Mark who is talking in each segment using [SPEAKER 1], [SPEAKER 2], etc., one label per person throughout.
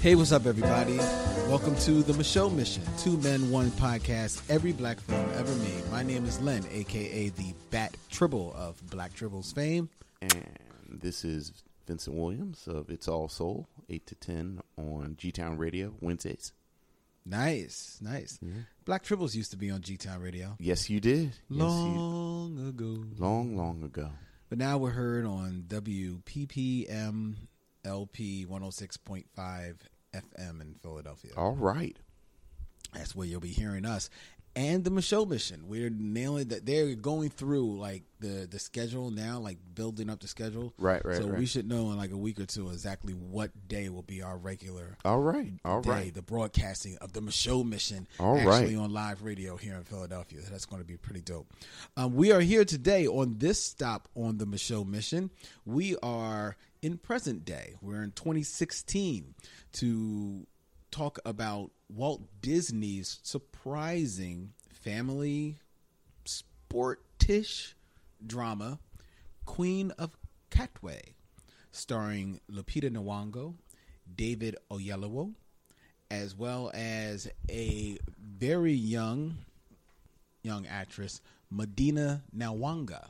[SPEAKER 1] Hey, what's up, everybody? Welcome to the Michelle Mission, Two Men, One Podcast, every black film ever made. My name is Len, aka the Bat Tribble of Black Tribbles fame.
[SPEAKER 2] And this is Vincent Williams of It's All Soul, 8 to 10 on G Town Radio, Wednesdays.
[SPEAKER 1] Nice, nice. Black Tribbles used to be on G Town Radio
[SPEAKER 2] Yes, you did. Yes,
[SPEAKER 1] long ago,
[SPEAKER 2] you, long, long ago.
[SPEAKER 1] but now we're heard on WPPM LP 106.5 FM in Philadelphia.
[SPEAKER 2] All right.
[SPEAKER 1] That's where you'll be hearing us and the Michelle Mission. We're nailing that. They're going through like the the schedule now, like building up the schedule.
[SPEAKER 2] Right, right,
[SPEAKER 1] So we
[SPEAKER 2] right.
[SPEAKER 1] should know in like a week or two exactly what day will be our regular
[SPEAKER 2] All right. All
[SPEAKER 1] day,
[SPEAKER 2] right.
[SPEAKER 1] the broadcasting of the Michelle Mission,
[SPEAKER 2] All
[SPEAKER 1] actually
[SPEAKER 2] right.
[SPEAKER 1] on live radio here in Philadelphia. That's going to be pretty dope. Um, we are here today on this stop on the Michelle Mission. We are in present day. We're in 2016 to talk about Walt Disney's surprising family sportish drama, Queen of Katwe, starring Lupita Nyong'o, David Oyelowo, as well as a very young young actress Medina Nawanga.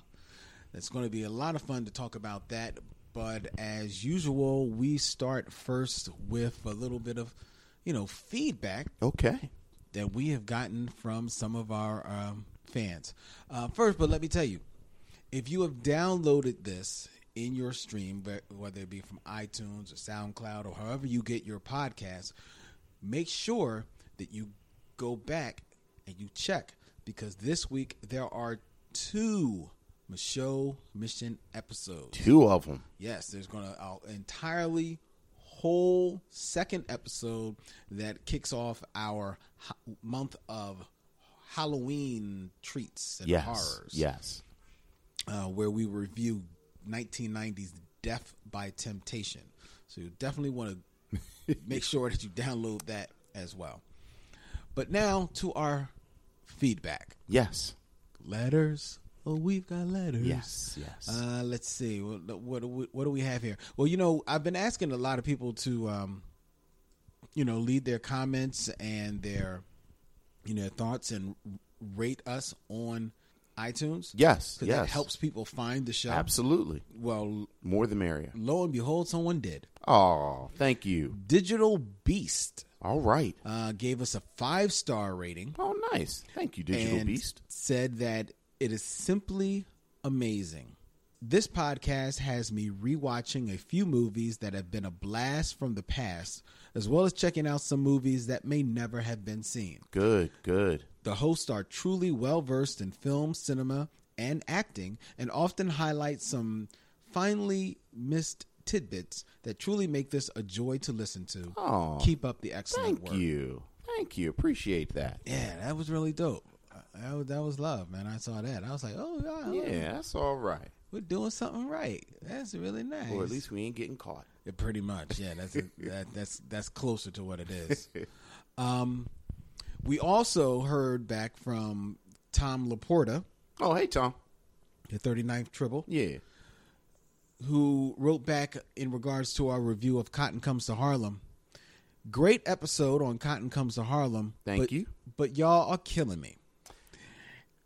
[SPEAKER 1] It's going to be a lot of fun to talk about that. But as usual, we start first with a little bit of, you know, feedback
[SPEAKER 2] Okay.
[SPEAKER 1] that we have gotten from some of our um, fans. Uh, first, but let me tell you, if you have downloaded this in your stream, wh- whether it be from iTunes or SoundCloud or however you get your podcast, make sure that you go back and you check because this week there are two Michelle Mission episodes.
[SPEAKER 2] Two of them.
[SPEAKER 1] Yes, there's going to an entirely whole second episode that kicks off our ho- month of Halloween treats and
[SPEAKER 2] Yes.
[SPEAKER 1] horrors.
[SPEAKER 2] Yes.
[SPEAKER 1] Uh, where we review 1990s Death by Temptation. So you definitely want to make sure that you download that as well. But now to our feedback.
[SPEAKER 2] Yes.
[SPEAKER 1] Letters. Oh, we've got letters.
[SPEAKER 2] Yes. Yes.
[SPEAKER 1] Uh, let's see. What, what do we- what do we have here? Well, you know, I've been asking a lot of people to, um, you know, lead their comments and their, you know, thoughts and rate us on iTunes.
[SPEAKER 2] yes.
[SPEAKER 1] 'Cause
[SPEAKER 2] Yes.
[SPEAKER 1] that helps people find the show.
[SPEAKER 2] Absolutely.
[SPEAKER 1] Well,
[SPEAKER 2] More the merrier.
[SPEAKER 1] lo and behold, someone did.
[SPEAKER 2] Oh, thank you.
[SPEAKER 1] Digital Beast
[SPEAKER 2] All right.
[SPEAKER 1] uh, gave us a five star rating.
[SPEAKER 2] Oh, nice. Thank you, Digital
[SPEAKER 1] and
[SPEAKER 2] Beast.
[SPEAKER 1] said that it is simply amazing. This podcast has me rewatching a few movies that have been a blast from the past, as well as checking out some movies that may never have been seen.
[SPEAKER 2] Good. Good.
[SPEAKER 1] The hosts are truly well versed in film, cinema, and acting, and often highlight some finely missed tidbits that truly make this a joy to listen to.
[SPEAKER 2] Oh,
[SPEAKER 1] Keep up the excellent
[SPEAKER 2] thank
[SPEAKER 1] work.
[SPEAKER 2] you. Thank you. Appreciate that.
[SPEAKER 1] Yeah, that was really dope. Uh, That was, that was love, man. I saw that. I was like, oh, God,
[SPEAKER 2] Yeah, that's all right.
[SPEAKER 1] we're doing something right. That's really nice.
[SPEAKER 2] Or at least we ain't getting caught.
[SPEAKER 1] Yeah, pretty much. Yeah, that's that, that's that's closer to what it is. Um, we also heard back from Tom Laporta,
[SPEAKER 2] Oh, hey, Tom.
[SPEAKER 1] the 39th Triple,
[SPEAKER 2] Yeah.
[SPEAKER 1] who wrote back in regards to our review of Cotton Comes to Harlem. Great episode on Cotton Comes to Harlem.
[SPEAKER 2] Thank
[SPEAKER 1] but-
[SPEAKER 2] you.
[SPEAKER 1] But y'all are killing me.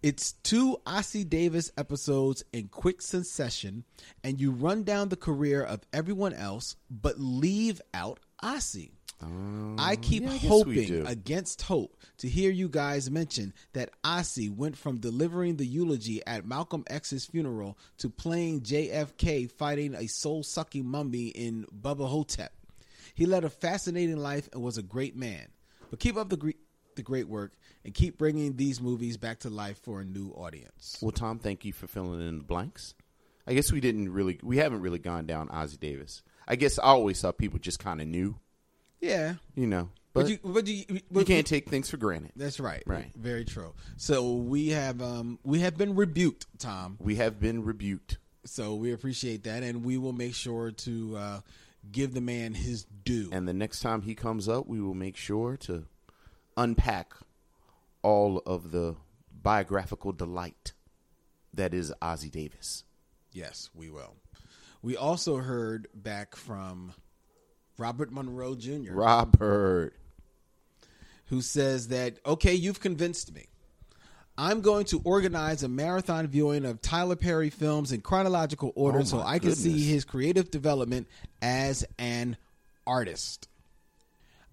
[SPEAKER 1] It's two Ossie Davis episodes in quick succession, and you run down the career of everyone else, but leave out Ossie. I keep
[SPEAKER 2] Mm, yeah, I guess we do.
[SPEAKER 1] hoping against hope to hear you guys mention that Ossie went from delivering the eulogy at Malcolm X's funeral to playing JFK fighting a soul sucking mummy in Bubba Hotep. He led a fascinating life and was a great man. But keep up the, gre- the great work and keep bringing these movies back to life for a new audience.
[SPEAKER 2] Well, Tom, thank you for filling in the blanks. I guess we didn't really, we haven't really gone down Ozzy Davis. I guess I always thought people just kind of knew,
[SPEAKER 1] Yeah.
[SPEAKER 2] you know, but,
[SPEAKER 1] But,
[SPEAKER 2] you,
[SPEAKER 1] you, but you, but
[SPEAKER 2] can't take things for granted.
[SPEAKER 1] That's right.
[SPEAKER 2] Right.
[SPEAKER 1] Very true. So we have um we have been rebuked, Tom.
[SPEAKER 2] We have been rebuked.
[SPEAKER 1] So we appreciate that, and we will make sure to uh, give the man his due.
[SPEAKER 2] And the next time he comes up, we will make sure to unpack all of the biographical delight that is Ozzy Davis.
[SPEAKER 1] yes, we will. We also heard back from Robert Monroe Jr.,
[SPEAKER 2] Robert.
[SPEAKER 1] who says that, okay, you've convinced me. I'm going to organize a marathon viewing of Tyler Perry films in chronological order
[SPEAKER 2] Oh
[SPEAKER 1] so
[SPEAKER 2] my
[SPEAKER 1] I can see
[SPEAKER 2] goodness.
[SPEAKER 1] his creative development as an artist.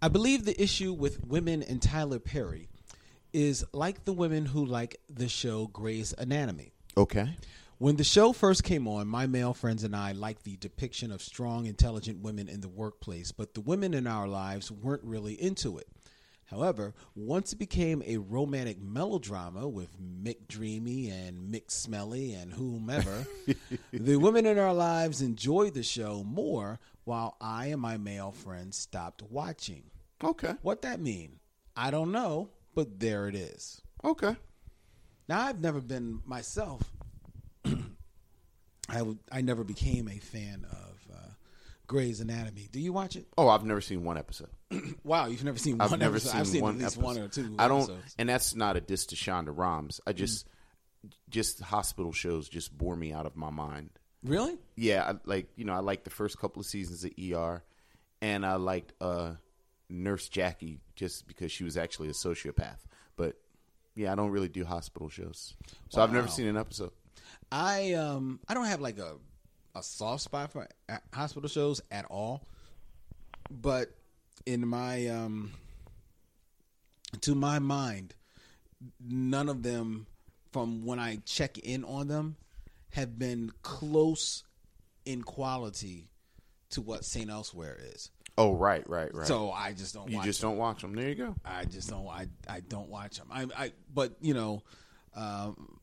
[SPEAKER 1] I believe the issue with women and Tyler Perry is like the women who like the show Grey's Anatomy.
[SPEAKER 2] Okay.
[SPEAKER 1] When the show first came on, my male friends and I liked the depiction of strong, intelligent women in the workplace, but the women in our lives weren't really into it. However, once it became a romantic melodrama with Mick Dreamy and Mick Smelly and whomever, the women in our lives enjoyed the show more while I and my male friends stopped watching.
[SPEAKER 2] Okay.
[SPEAKER 1] What that mean? I don't know, but there it is.
[SPEAKER 2] Okay.
[SPEAKER 1] Now I've never been myself. I w- I never became a fan of uh, Grey's Anatomy. Do you watch it?
[SPEAKER 2] Oh, I've never seen one episode.
[SPEAKER 1] Wow, you've never seen
[SPEAKER 2] I've
[SPEAKER 1] one.
[SPEAKER 2] never
[SPEAKER 1] episode.
[SPEAKER 2] seen
[SPEAKER 1] I've seen
[SPEAKER 2] one
[SPEAKER 1] at least
[SPEAKER 2] episode.
[SPEAKER 1] one or two.
[SPEAKER 2] I don't,
[SPEAKER 1] episodes.
[SPEAKER 2] and that's not a diss to Shonda Rhimes. I just,
[SPEAKER 1] Mm-hmm.
[SPEAKER 2] just hospital shows just bore me out of my mind.
[SPEAKER 1] really.
[SPEAKER 2] Yeah, I, like you know, I liked the first couple of seasons of ER, and I liked uh, Nurse Jackie just because she was actually a sociopath. But yeah, I don't really do hospital shows, so I've never
[SPEAKER 1] Wow.
[SPEAKER 2] seen an episode.
[SPEAKER 1] I um I don't have like a a soft spot for uh, hospital shows at all, but in my um to my mind, none of them from when I check in on them have been close in quality to what St. Elsewhere is.
[SPEAKER 2] Oh, right, right, right.
[SPEAKER 1] So I just don't.
[SPEAKER 2] you
[SPEAKER 1] watch
[SPEAKER 2] just don't watch them. There you go.
[SPEAKER 1] I just don't. I I don't watch them. I I but you know, um,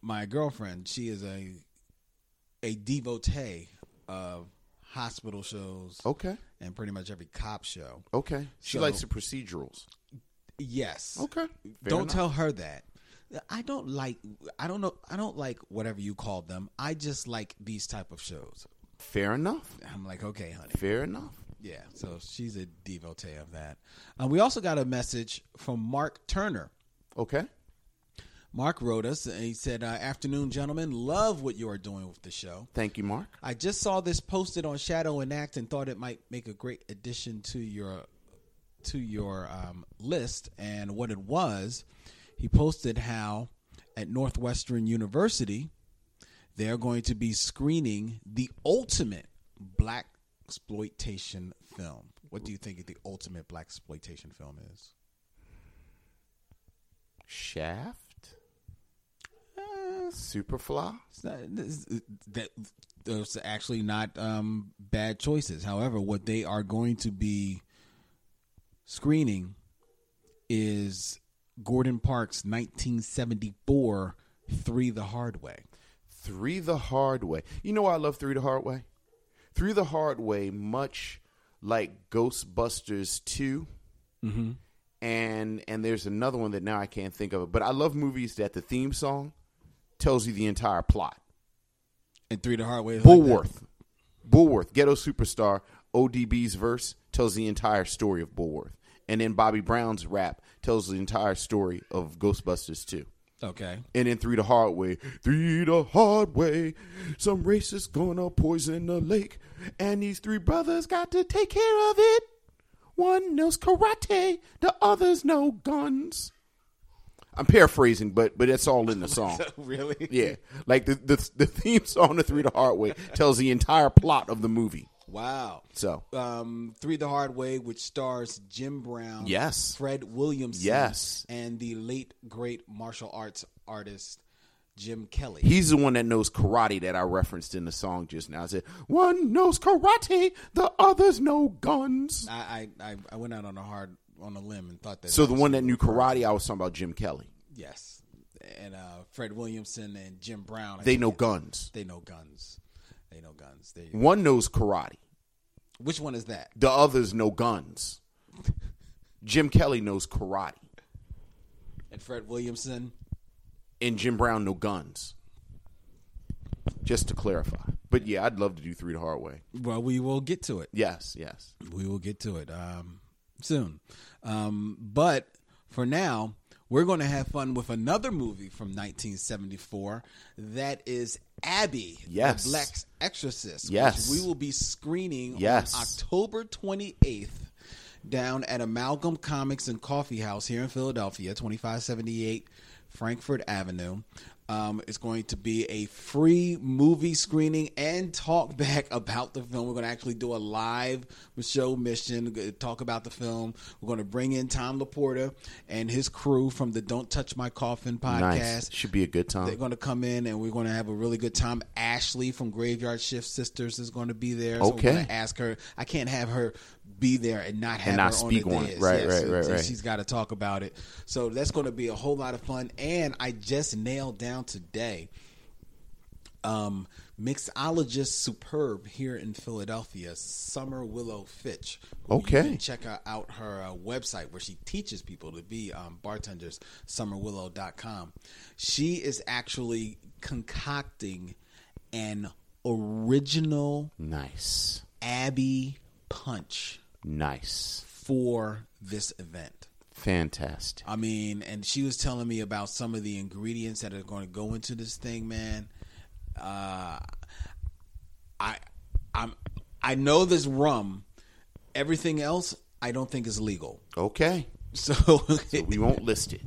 [SPEAKER 1] my girlfriend she is a a devotee of hospital shows
[SPEAKER 2] Okay,
[SPEAKER 1] and pretty much every cop show.
[SPEAKER 2] okay. She
[SPEAKER 1] So-
[SPEAKER 2] likes the procedurals.
[SPEAKER 1] Yes.
[SPEAKER 2] Okay, Fair
[SPEAKER 1] don't
[SPEAKER 2] enough.
[SPEAKER 1] tell her that. I don't like. I don't know. I don't like whatever you call them. I just like these type of shows.
[SPEAKER 2] Fair enough.
[SPEAKER 1] I'm like, okay, honey.
[SPEAKER 2] Fair enough.
[SPEAKER 1] Yeah, so she's a devotee of that. Um, we also got a message from Mark Turner.
[SPEAKER 2] Okay.
[SPEAKER 1] Mark wrote us and he said, uh, Afternoon, gentlemen. Love what you are doing with the show.
[SPEAKER 2] Thank you, Mark.
[SPEAKER 1] I just saw this posted on Shadow and Act and thought it might make a great addition to your to your um, list. And what it was, he posted how at Northwestern University they're going to be screening the ultimate black exploitation film. What do you think the ultimate black exploitation film is?
[SPEAKER 2] Shaft. Uh, Superfly.
[SPEAKER 1] It's not, this- that those are actually not um, bad choices. However, what they are going to be screening is Gordon Parks' 1974 Three the Hard Way.
[SPEAKER 2] Three the Hard Way. You know why I love Three the Hard Way? Three the Hard Way, much like Ghostbusters 2. And and there's another one that now I can't think of it. But I love movies that the theme song tells you the entire plot.
[SPEAKER 1] And Three the Hard Way is like that.
[SPEAKER 2] Bullworth. Bullworth, Ghetto Superstar, ODB's verse tells the entire story of Bullworth. And then Bobby Brown's rap tells the entire story of Ghostbusters 2
[SPEAKER 1] Okay.
[SPEAKER 2] and then three the hard way. Three the hard way. Some racist gonna poison the lake, and these three brothers got to take care of it. One knows karate, the others know guns. I'm paraphrasing, but but that's all in the song.
[SPEAKER 1] really?
[SPEAKER 2] Yeah, like the the, the theme song of Three the Hard Way tells the entire plot of the movie.
[SPEAKER 1] Wow.
[SPEAKER 2] So
[SPEAKER 1] Um, Three the Hard Way, which stars Jim Brown,
[SPEAKER 2] Yes.
[SPEAKER 1] Fred Williamson,
[SPEAKER 2] Yes.
[SPEAKER 1] and the late great martial arts artist Jim Kelly.
[SPEAKER 2] He's the one that knows karate that I referenced in the song just now. I said, "One knows karate, the others know guns."
[SPEAKER 1] I, I I- I went out on a hard on a limb and thought that.
[SPEAKER 2] So the one that knew karate, I was talking about Jim Kelly.
[SPEAKER 1] yes, and uh, Fred Williamson and Jim Brown. I
[SPEAKER 2] They
[SPEAKER 1] think
[SPEAKER 2] know
[SPEAKER 1] it-
[SPEAKER 2] guns.
[SPEAKER 1] They know guns. They know guns. They,
[SPEAKER 2] One knows karate.
[SPEAKER 1] which one is that?
[SPEAKER 2] The others know guns. Jim Kelly knows karate,
[SPEAKER 1] And Fred Williamson.
[SPEAKER 2] and Jim Brown know guns. Just to clarify, but yeah, I'd love to do three the hard way.
[SPEAKER 1] Well, we will get to it.
[SPEAKER 2] Yes, yes.
[SPEAKER 1] We will get to it um, soon. Um, but for now, we're going to have fun with another movie from 1974 that is Abby,
[SPEAKER 2] Yes.
[SPEAKER 1] the Black's Exorcist,
[SPEAKER 2] Yes.
[SPEAKER 1] which we will be screening
[SPEAKER 2] Yes.
[SPEAKER 1] on October 28th down at Amalgam Comics and Coffee House here in Philadelphia, 2578 Frankfurt Avenue. Um, it's going to be a free movie screening and talk back about the film. We're going to actually do a live show mission, g- talk about the film. We're going to bring in Tom Laporta and his crew from the Don't Touch My Coffin podcast.
[SPEAKER 2] Nice. Should be a good
[SPEAKER 1] They're
[SPEAKER 2] time.
[SPEAKER 1] going to come in and we're going to have a really good time. Ashley from Graveyard Shift Sisters is going to be there. So
[SPEAKER 2] Okay.
[SPEAKER 1] we're going to ask her. I can't have her be there and not have
[SPEAKER 2] And
[SPEAKER 1] her
[SPEAKER 2] not speak
[SPEAKER 1] on, the
[SPEAKER 2] on it.
[SPEAKER 1] dais.
[SPEAKER 2] Right, right,
[SPEAKER 1] so-
[SPEAKER 2] right,
[SPEAKER 1] so
[SPEAKER 2] right.
[SPEAKER 1] She's got to talk about it. So that's going to be a whole lot of fun. And I just nailed down today um, mixologist superb here in Philadelphia, Summer Willow Fitch. You
[SPEAKER 2] Okay.
[SPEAKER 1] can check her- out her uh, website where she teaches people to be um, bartenders, summerwillow.com. She is actually concocting an original
[SPEAKER 2] Nice.
[SPEAKER 1] Abby punch
[SPEAKER 2] Nice.
[SPEAKER 1] for this event.
[SPEAKER 2] Fantastic.
[SPEAKER 1] I mean, and she was telling me about some of the ingredients that are going to go into this thing, man. Uh, I, I'm, I know this rum. Everything else, I don't think is legal.
[SPEAKER 2] Okay.
[SPEAKER 1] So,
[SPEAKER 2] We won't list it.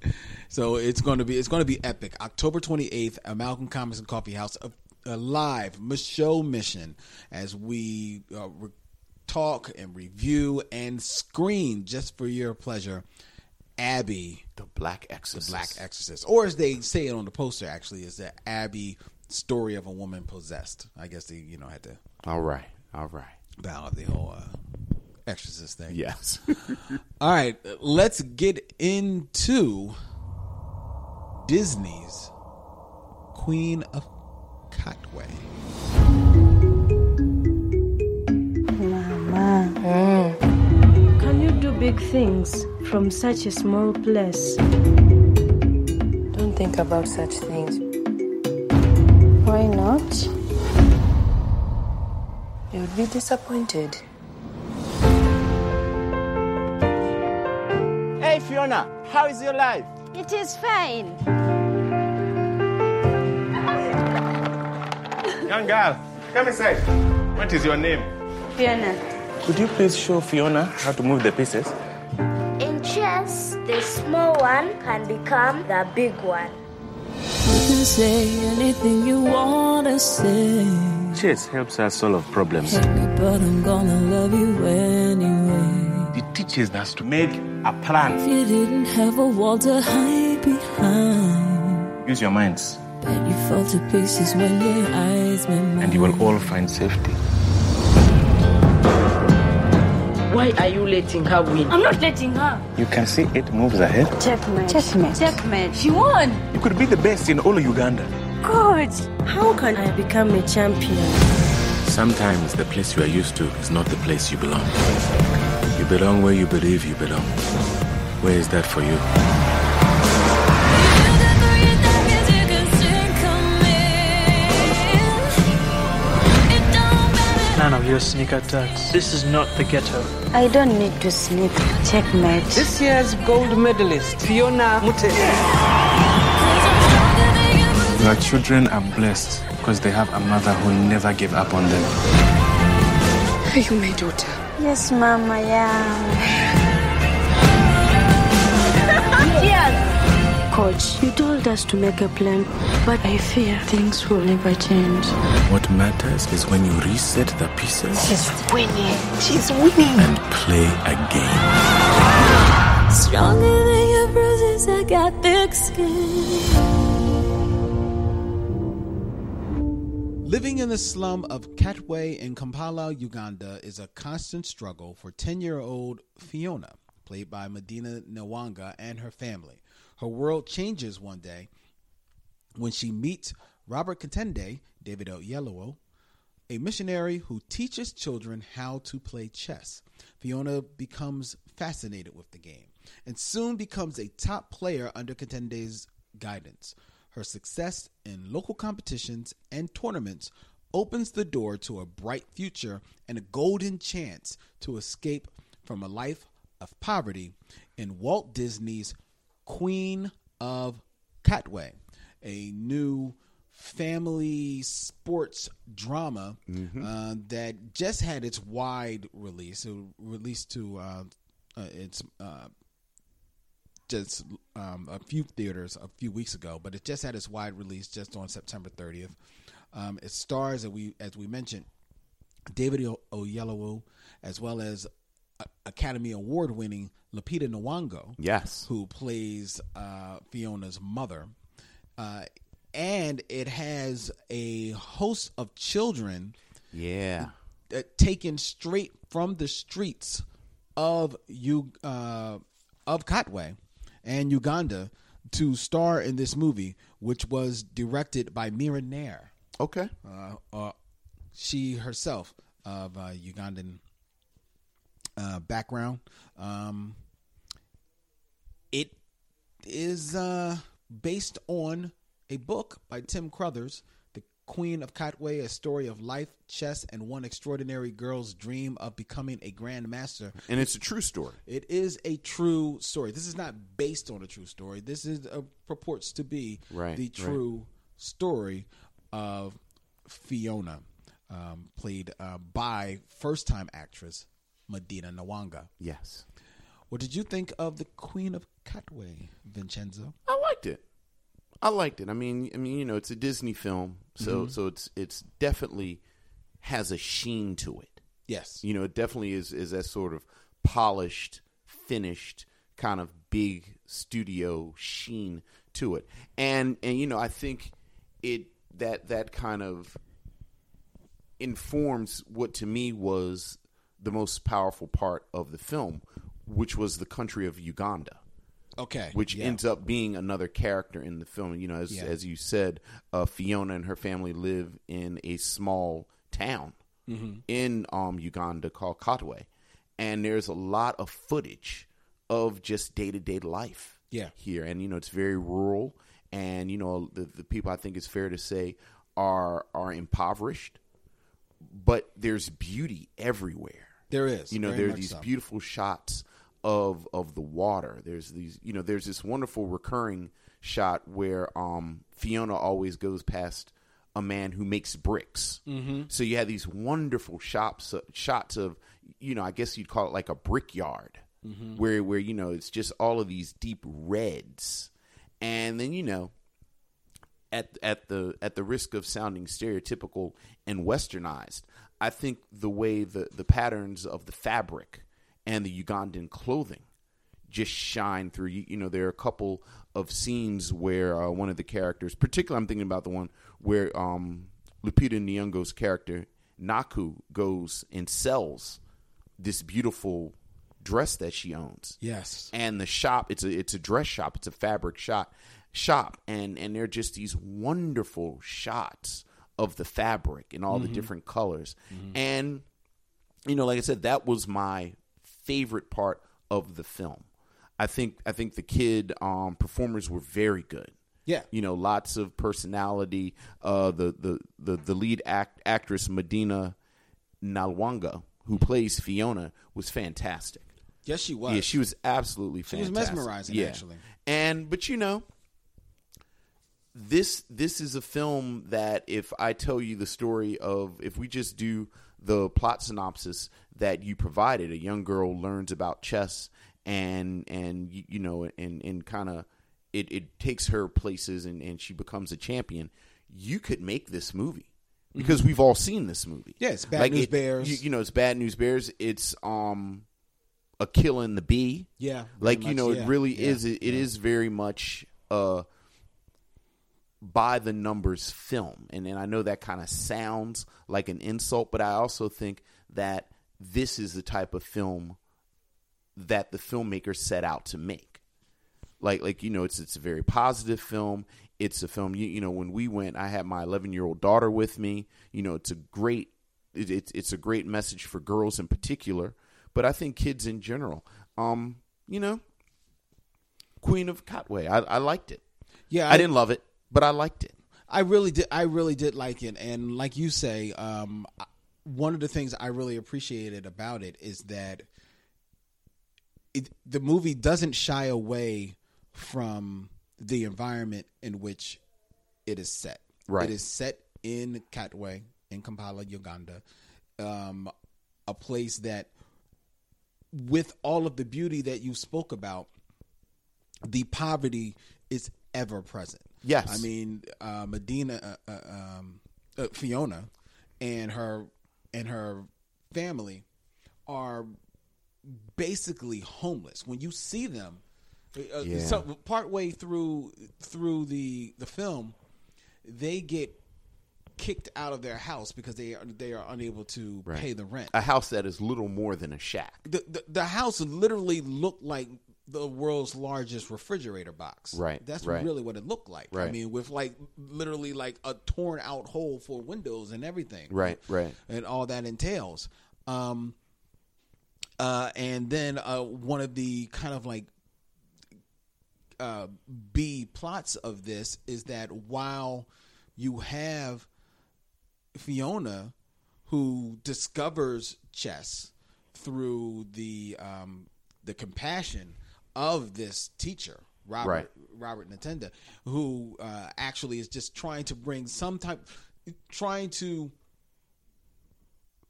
[SPEAKER 1] so it's going to be it's going to be epic. October 28th, at Malcolm Comics and Coffee House, a, a live Michelle mission as we uh, re- talk and review and screen just for your pleasure. Abby
[SPEAKER 2] The Black Exorcist.
[SPEAKER 1] Black Exorcist, or as they say it on the poster, actually, is the Abby story of a woman possessed. I guess they, you know, had to
[SPEAKER 2] All right. All right.
[SPEAKER 1] bow out the whole uh, Exorcist thing.
[SPEAKER 2] Yes.
[SPEAKER 1] All right, let's get into Disney's Queen of Cotway.
[SPEAKER 3] Can you do big things from such a small place?
[SPEAKER 4] Don't think about such things. Why not? You'd be disappointed.
[SPEAKER 5] Hey Fiona, how is your life?
[SPEAKER 6] It is fine.
[SPEAKER 7] Young girl, come inside. What is your name?
[SPEAKER 6] Fiona.
[SPEAKER 7] Could you please show Fiona how to move the pieces?
[SPEAKER 6] In chess, the small one can become the big one.
[SPEAKER 8] can say anything you wanna say.
[SPEAKER 7] Chess helps us solve problems.
[SPEAKER 8] Hate me, but I'm gonna love you anyway.
[SPEAKER 7] It teaches us to make a plan.
[SPEAKER 8] If you didn't have a wall to hide behind,
[SPEAKER 7] Use your minds,
[SPEAKER 8] bet you fall to pieces when your eyes met mine.
[SPEAKER 7] and you will all find safety.
[SPEAKER 9] Why are you letting her win?
[SPEAKER 3] I'm not letting her.
[SPEAKER 7] You can see it moves ahead.
[SPEAKER 3] Checkmate. Checkmate. Checkmate. She won.
[SPEAKER 7] You could be the best in all Uganda.
[SPEAKER 3] God, how can I become a champion?
[SPEAKER 7] Sometimes the place you are used to is not the place you belong. You belong where you believe you belong. Where is that for you?
[SPEAKER 8] You're the three diamonds you can see coming. It don't matter.
[SPEAKER 9] None of your sneak attacks. This is not the ghetto.
[SPEAKER 4] I don't need to sleep. Checkmate.
[SPEAKER 9] This year's gold medalist, Fiona Mute.
[SPEAKER 7] Your children are blessed because they have a mother who never gave up on them.
[SPEAKER 4] Are you my daughter?
[SPEAKER 6] Yes, Mama, yeah.
[SPEAKER 3] Coach, you told us to make a plan, but I fear things will never change.
[SPEAKER 7] What matters is when you reset the pieces
[SPEAKER 4] She's winning. She's winning.
[SPEAKER 7] and play again.
[SPEAKER 8] Stronger than your bruises, I got thick skin.
[SPEAKER 1] Living in the slum of Katwe in Kampala, Uganda, is a constant struggle for 10 year old Fiona, played by Medina Nwanga, and her family. Her world changes one day when she meets Robert Katende, David Oyelowo, a missionary who teaches children how to play chess. Fiona becomes fascinated with the game and soon becomes a top player under Katende's guidance. Her success in local competitions and tournaments opens the door to a bright future and a golden chance to escape from a life of poverty in Walt Disney's Queen of Catway, a new family sports drama uh, that just had its wide release. It released to uh, uh, its uh, just um, a few theaters a few weeks ago, but it just had its wide release just on September 30th. Um, it stars, as we as we mentioned, David o- Oyelowo, as well as a- Academy Award winning Lupita Nyong'o,
[SPEAKER 2] Yes.
[SPEAKER 1] who plays uh, Fiona's mother, uh, and it has a host of children
[SPEAKER 2] Yeah.
[SPEAKER 1] uh, taken straight from the streets of you uh, of Katwe and Uganda to star in this movie, which was directed by Mira Nair.
[SPEAKER 2] Okay.
[SPEAKER 1] Uh, uh, she herself of uh, Ugandan uh, background. Um, it is uh, based on a book by Tim Crothers, The Queen of Katwe, A Story of Life, Chess, and One Extraordinary Girl's Dream of Becoming a Grand Master.
[SPEAKER 2] And it's a true story.
[SPEAKER 1] It is a true story. This is not based on a true story. This is uh purports to be
[SPEAKER 2] Right,
[SPEAKER 1] the
[SPEAKER 2] right.
[SPEAKER 1] true story of Fiona, um, played uh, by first-time actress Medina Nawanga.
[SPEAKER 2] Yes.
[SPEAKER 1] What did you think of the Queen of Katwe, Vincenzo?
[SPEAKER 2] I liked it. I liked it. I mean, I mean, you know, it's a Disney film, so so it's it's definitely has a sheen to it.
[SPEAKER 1] Yes.
[SPEAKER 2] You know, it definitely is is that sort of polished, finished kind of big studio sheen to it. And and you know, I think it that that kind of informs what to me was the most powerful part of the film, which was the country of Uganda
[SPEAKER 1] Okay.
[SPEAKER 2] which
[SPEAKER 1] Yeah.
[SPEAKER 2] ends up being another character in the film. You know, as
[SPEAKER 1] Yeah.
[SPEAKER 2] as you said, uh, Fiona and her family live in a small town
[SPEAKER 1] Mm-hmm.
[SPEAKER 2] in um, Uganda called Katwe, and there's a lot of footage of just day to day life.
[SPEAKER 1] Yeah.
[SPEAKER 2] here, and you know, it's very rural, and you know, the, the people I think it's fair to say are are impoverished, but there's beauty everywhere.
[SPEAKER 1] there is.
[SPEAKER 2] You know,
[SPEAKER 1] very
[SPEAKER 2] there are
[SPEAKER 1] much
[SPEAKER 2] these
[SPEAKER 1] so.
[SPEAKER 2] beautiful shots of of the water. There's these, you know, there's this wonderful recurring shot where um, Fiona always goes past a man who makes bricks. Mm-hmm. So you have these wonderful shops uh, shots of, you know, I guess you'd call it like a brickyard,
[SPEAKER 1] Mm-hmm.
[SPEAKER 2] where where you know it's just all of these deep reds, and then you know at at the at the risk of sounding stereotypical and westernized, I think the way the the patterns of the fabric and the Ugandan clothing just shine through. You, you know, there are a couple of scenes where uh, one of the characters, particularly, I'm thinking about the one where um, Lupita Nyong'o's character Naku goes and sells this beautiful dress that she owns
[SPEAKER 1] Yes.
[SPEAKER 2] and the shop it's a it's a dress shop it's a fabric shop shop and and they're just these wonderful shots of the fabric and all the different colors and you know like i said that was my favorite part of the film i think i think the kid um performers were very good
[SPEAKER 1] Yeah.
[SPEAKER 2] you know lots of personality uh the the the, the lead act actress medina Nalwanga, who plays fiona was fantastic
[SPEAKER 1] Yes, she was.
[SPEAKER 2] yeah, she was absolutely
[SPEAKER 1] was
[SPEAKER 2] fantastic.
[SPEAKER 1] mesmerizing, actually.
[SPEAKER 2] And but you know, this this is a film that if I tell you the story of if we just do the plot synopsis that you provided, a young girl learns about chess and and you, you know and and kind of it, it takes her places and, and she becomes a champion. You could make this movie because we've all seen this movie.
[SPEAKER 1] Mm-hmm. Yeah, it's Bad News
[SPEAKER 2] it-
[SPEAKER 1] Bears.
[SPEAKER 2] You, you know, it's bad news bears. It's um a killing the bee.
[SPEAKER 1] Yeah, very
[SPEAKER 2] like you
[SPEAKER 1] much,
[SPEAKER 2] know,
[SPEAKER 1] yeah,
[SPEAKER 2] it really
[SPEAKER 1] yeah,
[SPEAKER 2] is. It, it is very much uh by the numbers film, and and I know that kind of sounds like an insult, but I also think that this is the type of film that the filmmaker set out to make like like you know it's it's a very positive film it's a film you, you know when we went i had my 11 year old daughter with me you know it's a great it, it's it's a great message for girls in particular but i think kids in general um you know queen of cotway i, I liked it
[SPEAKER 1] yeah,
[SPEAKER 2] I, didn't love it but i liked it
[SPEAKER 1] I really did. I really did like it, and like you say, um, I- one of the things I really appreciated about it is that it, the movie doesn't shy away from the environment in which it is set.
[SPEAKER 2] Right.
[SPEAKER 1] It is set in Katwe in Kampala, Uganda, um, a place that, with all of the beauty that you spoke about, the poverty is ever present.
[SPEAKER 2] Yes.
[SPEAKER 1] I mean uh, Medina, uh, uh, um, uh, Fiona, and her and her family are basically homeless. When you see them, uh,
[SPEAKER 2] Yeah.
[SPEAKER 1] so partway through through the the film, they get kicked out of their house because they are they are unable to
[SPEAKER 2] Right.
[SPEAKER 1] pay the rent.
[SPEAKER 2] A house that is little more than a shack.
[SPEAKER 1] the, the the house literally looked like the world's largest refrigerator box.
[SPEAKER 2] Right,
[SPEAKER 1] That's
[SPEAKER 2] right.
[SPEAKER 1] really what it looked like. I
[SPEAKER 2] Right.
[SPEAKER 1] mean, with like literally like a torn out hole for windows and everything.
[SPEAKER 2] Right, right.
[SPEAKER 1] And all that entails. Um uh and then uh one of the kind of like uh, B plots of this is that while you have Fiona, who discovers chess through the um, the compassion of this teacher, Robert
[SPEAKER 2] Right.
[SPEAKER 1] Robert Natenda, who uh, actually is just trying to bring some type, trying to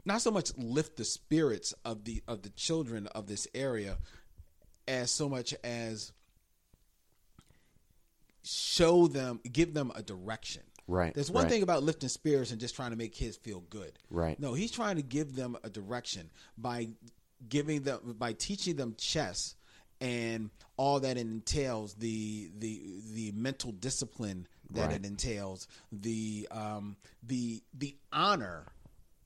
[SPEAKER 1] not so much lift the spirits of the of the children of this area as so much as show them give them a direction
[SPEAKER 2] Right,
[SPEAKER 1] there's one
[SPEAKER 2] right.
[SPEAKER 1] thing about lifting spirits and just trying to make kids feel good
[SPEAKER 2] Right.
[SPEAKER 1] no he's trying to give them a direction by giving them by teaching them chess and all that it entails the the the mental discipline that
[SPEAKER 2] Right.
[SPEAKER 1] it entails the um the the honor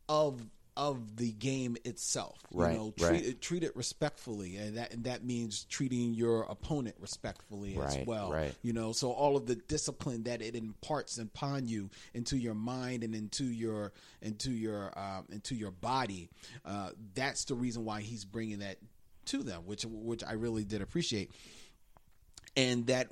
[SPEAKER 1] of of the game itself
[SPEAKER 2] Right,
[SPEAKER 1] you know treat,
[SPEAKER 2] right.
[SPEAKER 1] it, treat it respectfully and that and that means treating your opponent respectfully
[SPEAKER 2] Right,
[SPEAKER 1] as well
[SPEAKER 2] right.
[SPEAKER 1] you know so all of the discipline that it imparts upon you into your mind and into your into your um, into your body uh, that's the reason why he's bringing that to them which which i really did appreciate and that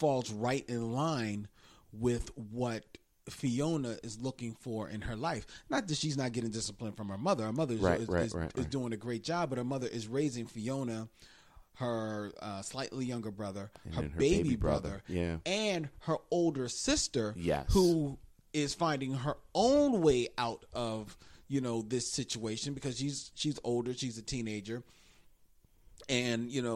[SPEAKER 1] falls right in line with what Fiona is looking for in her life. Not that she's not getting discipline from her mother. Her mother is,
[SPEAKER 2] Right,
[SPEAKER 1] is,
[SPEAKER 2] right,
[SPEAKER 1] is-
[SPEAKER 2] right,
[SPEAKER 1] is
[SPEAKER 2] right.
[SPEAKER 1] doing a great job, but her mother is raising Fiona, her uh, slightly younger brother, her,
[SPEAKER 2] then her
[SPEAKER 1] baby,
[SPEAKER 2] baby
[SPEAKER 1] brother,
[SPEAKER 2] brother, yeah.
[SPEAKER 1] and her older sister,
[SPEAKER 2] Yes.
[SPEAKER 1] who is finding her own way out of you know this situation because she's she's older, she's a teenager, and you know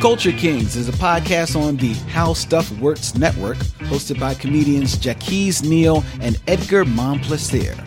[SPEAKER 1] Culture Kings is a podcast on the How Stuff Works Network, hosted by comedians Jackie's Neal and Edgar Monplaisir.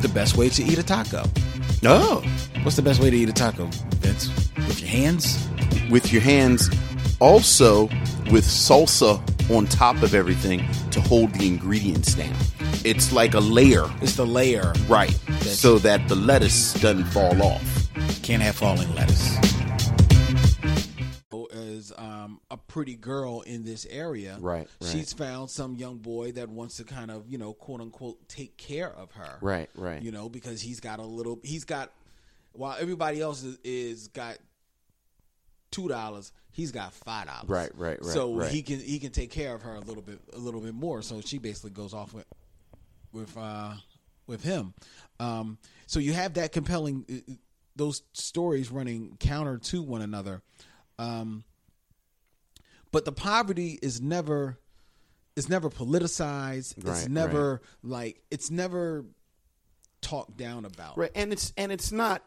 [SPEAKER 1] the best way to eat a taco.
[SPEAKER 2] Oh.
[SPEAKER 1] What's the best way to eat a taco, Vince? With your hands?
[SPEAKER 2] With your hands, also with salsa on top of everything to hold the ingredients down. It's like a layer.
[SPEAKER 1] It's the layer.
[SPEAKER 2] Right.
[SPEAKER 1] That's-
[SPEAKER 2] So that the lettuce doesn't fall off.
[SPEAKER 1] Can't have falling lettuce. Is um, a pretty girl in this area.
[SPEAKER 2] Right, right.
[SPEAKER 1] She's found some young boy that wants to kind of, you know, quote unquote, take care of her.
[SPEAKER 2] Right, right.
[SPEAKER 1] You know, because he's got a little, he's got, while everybody else is, is got two dollars, he's got five dollars.
[SPEAKER 2] Right, right, right,
[SPEAKER 1] So
[SPEAKER 2] right.
[SPEAKER 1] he can he can take care of her a little bit a little bit more. So she basically goes off with with uh, with him. Um, so you have that compelling uh, those stories running counter to one another. Um, but the poverty is never it's never politicized.
[SPEAKER 2] Right,
[SPEAKER 1] it's
[SPEAKER 2] right.
[SPEAKER 1] never like it's never talked down about.
[SPEAKER 2] Right. And it's and it's not,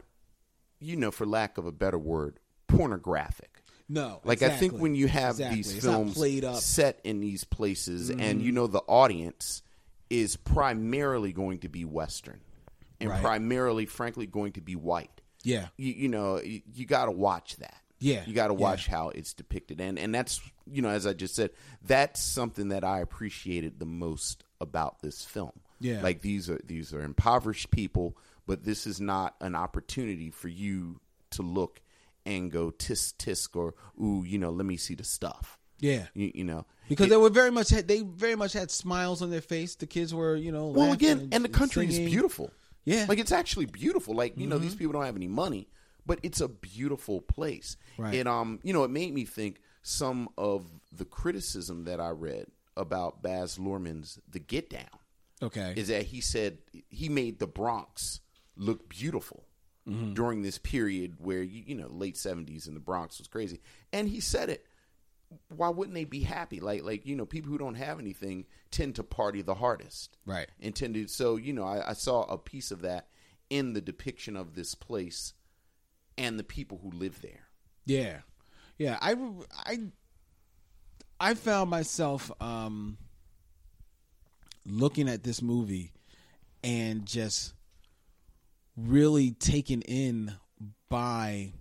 [SPEAKER 2] you know, for lack of a better word, pornographic.
[SPEAKER 1] No,
[SPEAKER 2] Like I think when you have these films
[SPEAKER 1] played up, Mm-hmm.
[SPEAKER 2] set in these places, and you know the audience is primarily going to be Western, and
[SPEAKER 1] Right.
[SPEAKER 2] primarily, frankly, going to be white.
[SPEAKER 1] yeah,
[SPEAKER 2] You, you know, you, you got to watch that.
[SPEAKER 1] Yeah,
[SPEAKER 2] you got to
[SPEAKER 1] yeah.
[SPEAKER 2] watch how it's depicted, and and that's you know, as I just said, that's something that I appreciated the most about this film.
[SPEAKER 1] Yeah.
[SPEAKER 2] like these are these are impoverished people, but this is not an opportunity for you to look and go tisk tisk or ooh, you know, let me see the stuff.
[SPEAKER 1] Yeah.
[SPEAKER 2] You, you know,
[SPEAKER 1] Because they were very much had, they very much had smiles on their face. The kids were, you know,
[SPEAKER 2] well,
[SPEAKER 1] laughing
[SPEAKER 2] again, and the country is
[SPEAKER 1] singing.
[SPEAKER 2] beautiful.
[SPEAKER 1] Yeah. Mm-hmm.
[SPEAKER 2] like it's actually beautiful. Like you know, these people don't have any money, but it's a beautiful place.
[SPEAKER 1] Right.
[SPEAKER 2] It um, you know, it made me think some of the criticism that I read about Baz Luhrmann's The Get Down
[SPEAKER 1] Okay.
[SPEAKER 2] is that he said he made the Bronx look beautiful
[SPEAKER 1] Mm-hmm.
[SPEAKER 2] during this period where you, you know late seventies and the Bronx was crazy, and he said it. Why wouldn't they be happy? Like like you know people who don't have anything tend to party the hardest,
[SPEAKER 1] Right.
[SPEAKER 2] Intended. So you know I, I saw a piece of that in the depiction of this place and the people who live there.
[SPEAKER 1] Yeah, yeah. I I I found myself um looking at this movie and just really taken in by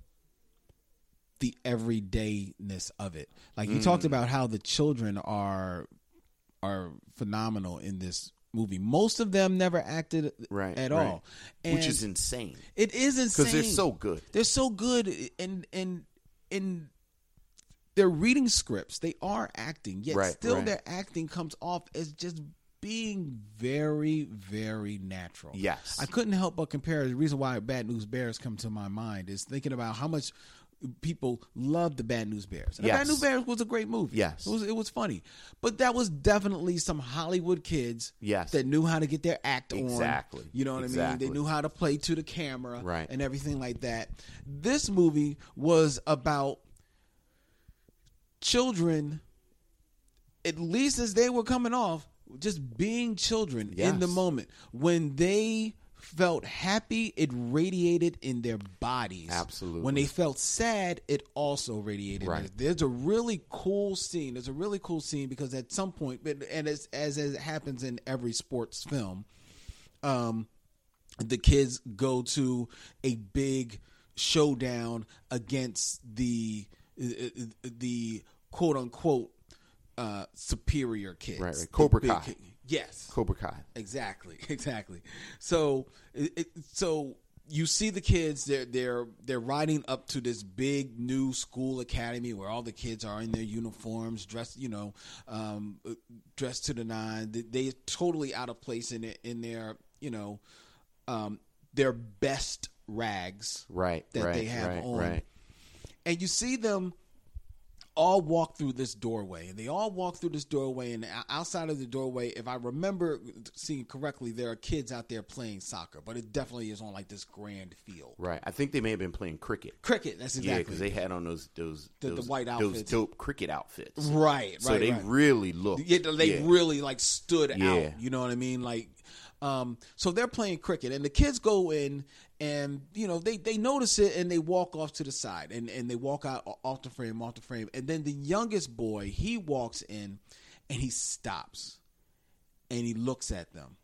[SPEAKER 1] the everydayness of it. Like you
[SPEAKER 2] Mm.
[SPEAKER 1] talked about how the children are are phenomenal in this movie. Most of them never acted
[SPEAKER 2] Right,
[SPEAKER 1] at
[SPEAKER 2] right.
[SPEAKER 1] all.
[SPEAKER 2] which is
[SPEAKER 1] And
[SPEAKER 2] insane
[SPEAKER 1] it is insane
[SPEAKER 2] because they're so good.
[SPEAKER 1] they're so good and and and they're reading scripts they are acting yet
[SPEAKER 2] Right,
[SPEAKER 1] still
[SPEAKER 2] right.
[SPEAKER 1] their acting comes off as just being very very natural
[SPEAKER 2] Yes.
[SPEAKER 1] i couldn't help but compare the reason why bad news bears come to my mind is thinking about how much people love the bad news bears and The bad
[SPEAKER 2] Yes.
[SPEAKER 1] news bears was a great movie
[SPEAKER 2] Yes.
[SPEAKER 1] it was, it was funny but that was definitely some hollywood kids
[SPEAKER 2] Yes.
[SPEAKER 1] that knew how to get their act on
[SPEAKER 2] Exactly.
[SPEAKER 1] you know what i
[SPEAKER 2] Exactly.
[SPEAKER 1] mean they knew how to play to the camera
[SPEAKER 2] Right.
[SPEAKER 1] and everything like that. This movie was about children, at least as they were coming off, just being children in the
[SPEAKER 2] Yes.
[SPEAKER 1] moment. When they felt happy, it radiated in their bodies.
[SPEAKER 2] Absolutely.
[SPEAKER 1] When they felt sad, it also radiated.
[SPEAKER 2] Right.
[SPEAKER 1] in- There's a really cool scene. There's a really cool scene because at some point, but- and as as, as it happens in every sports film, um, the kids go to a big showdown against the uh, the quote unquote uh, superior kids,
[SPEAKER 2] Right, right.
[SPEAKER 1] The
[SPEAKER 2] Cobra
[SPEAKER 1] big
[SPEAKER 2] Kai.
[SPEAKER 1] kid- Yes,
[SPEAKER 2] Cobra Kai.
[SPEAKER 1] exactly, exactly. So, it, it- so you see the kids they're they're they're riding up to this big new school academy where all the kids are in their uniforms, dressed you know, um, uh, dressed to the nine. They- They're totally out of place in their, in their you know, um, their best rags
[SPEAKER 2] Right.
[SPEAKER 1] that
[SPEAKER 2] right,
[SPEAKER 1] they have
[SPEAKER 2] right,
[SPEAKER 1] on
[SPEAKER 2] Right.
[SPEAKER 1] and you see them all walk through this doorway and they all walk through this doorway and o- outside of the doorway if i remember seeing correctly there are kids out there playing soccer but it definitely is on like this grand field
[SPEAKER 2] Right. I think they may have been playing cricket.
[SPEAKER 1] cricket that's
[SPEAKER 2] Yeah, 'cause Yeah,
[SPEAKER 1] exactly
[SPEAKER 2] because they had on those those
[SPEAKER 1] The- the
[SPEAKER 2] those,
[SPEAKER 1] white
[SPEAKER 2] those
[SPEAKER 1] outfits.
[SPEAKER 2] dope cricket outfits.
[SPEAKER 1] right right
[SPEAKER 2] So they
[SPEAKER 1] right.
[SPEAKER 2] really looked.
[SPEAKER 1] yeah, they really like stood
[SPEAKER 2] Yeah.
[SPEAKER 1] out. You know what I mean? Like, um, so they're playing cricket, and the kids go in, and you know they they notice it, and they walk off to the side, and and they walk out o- off the frame, off the frame, and then the youngest boy he walks in, and he stops, and he looks at them,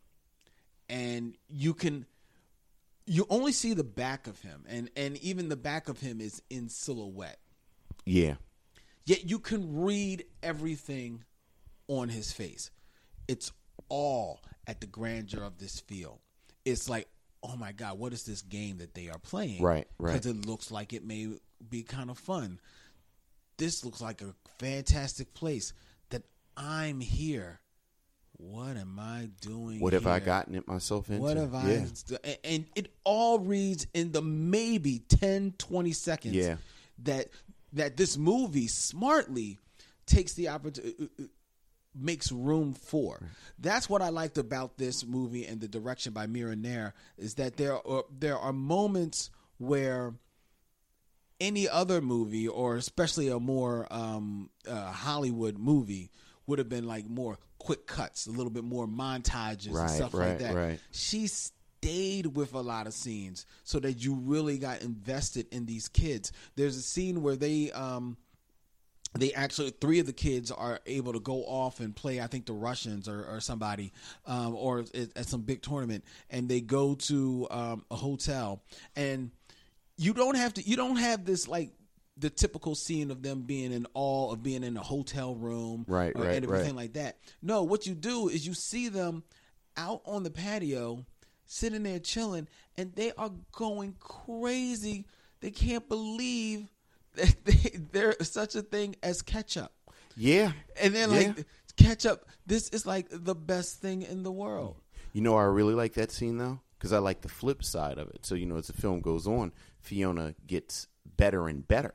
[SPEAKER 1] and you can. You only see the back of him, and and even the back of him is in silhouette
[SPEAKER 2] yeah.
[SPEAKER 1] yet you can read everything on his face. It's all at the grandeur of this field. It's like, oh my God, what is this game that they are playing?
[SPEAKER 2] Right, right.
[SPEAKER 1] Because it looks like it may be kind of fun. This looks like a fantastic place that I'm here. What am I doing?
[SPEAKER 2] What have I
[SPEAKER 1] here?
[SPEAKER 2] gotten it myself into?
[SPEAKER 1] What have I?
[SPEAKER 2] Yeah.
[SPEAKER 1] and- And it all reads in the maybe 10, 20 seconds
[SPEAKER 2] Yeah.
[SPEAKER 1] that that this movie smartly takes the opportunity, uh, makes room for. That's what I liked about this movie and the direction by Mira Nair is that there are there are moments where any other movie or especially a more um, uh, Hollywood movie would have been like more quick cuts, a little bit more montages
[SPEAKER 2] Right,
[SPEAKER 1] and stuff like
[SPEAKER 2] right,
[SPEAKER 1] that.
[SPEAKER 2] right.
[SPEAKER 1] She stayed with a lot of scenes so that you really got invested in these kids. There's a scene where they um, they actually three of the kids are able to go off and play i think the russians or, or somebody um, or at, at some big tournament and they go to um, a hotel and you don't have to you don't have this like the typical scene of them being in awe of being in a hotel room
[SPEAKER 2] Right,
[SPEAKER 1] or,
[SPEAKER 2] right,
[SPEAKER 1] and everything
[SPEAKER 2] right.
[SPEAKER 1] like that no what you do is you see them out on the patio sitting there chilling and they are going crazy they can't believe that they, there's such a thing as ketchup
[SPEAKER 2] Yeah.
[SPEAKER 1] and then
[SPEAKER 2] Yeah.
[SPEAKER 1] like catch up. This is like the best thing in the world.
[SPEAKER 2] You know, I really like that scene though, because I like the flip side of it. So you know, as the film goes on, Fiona gets better and better.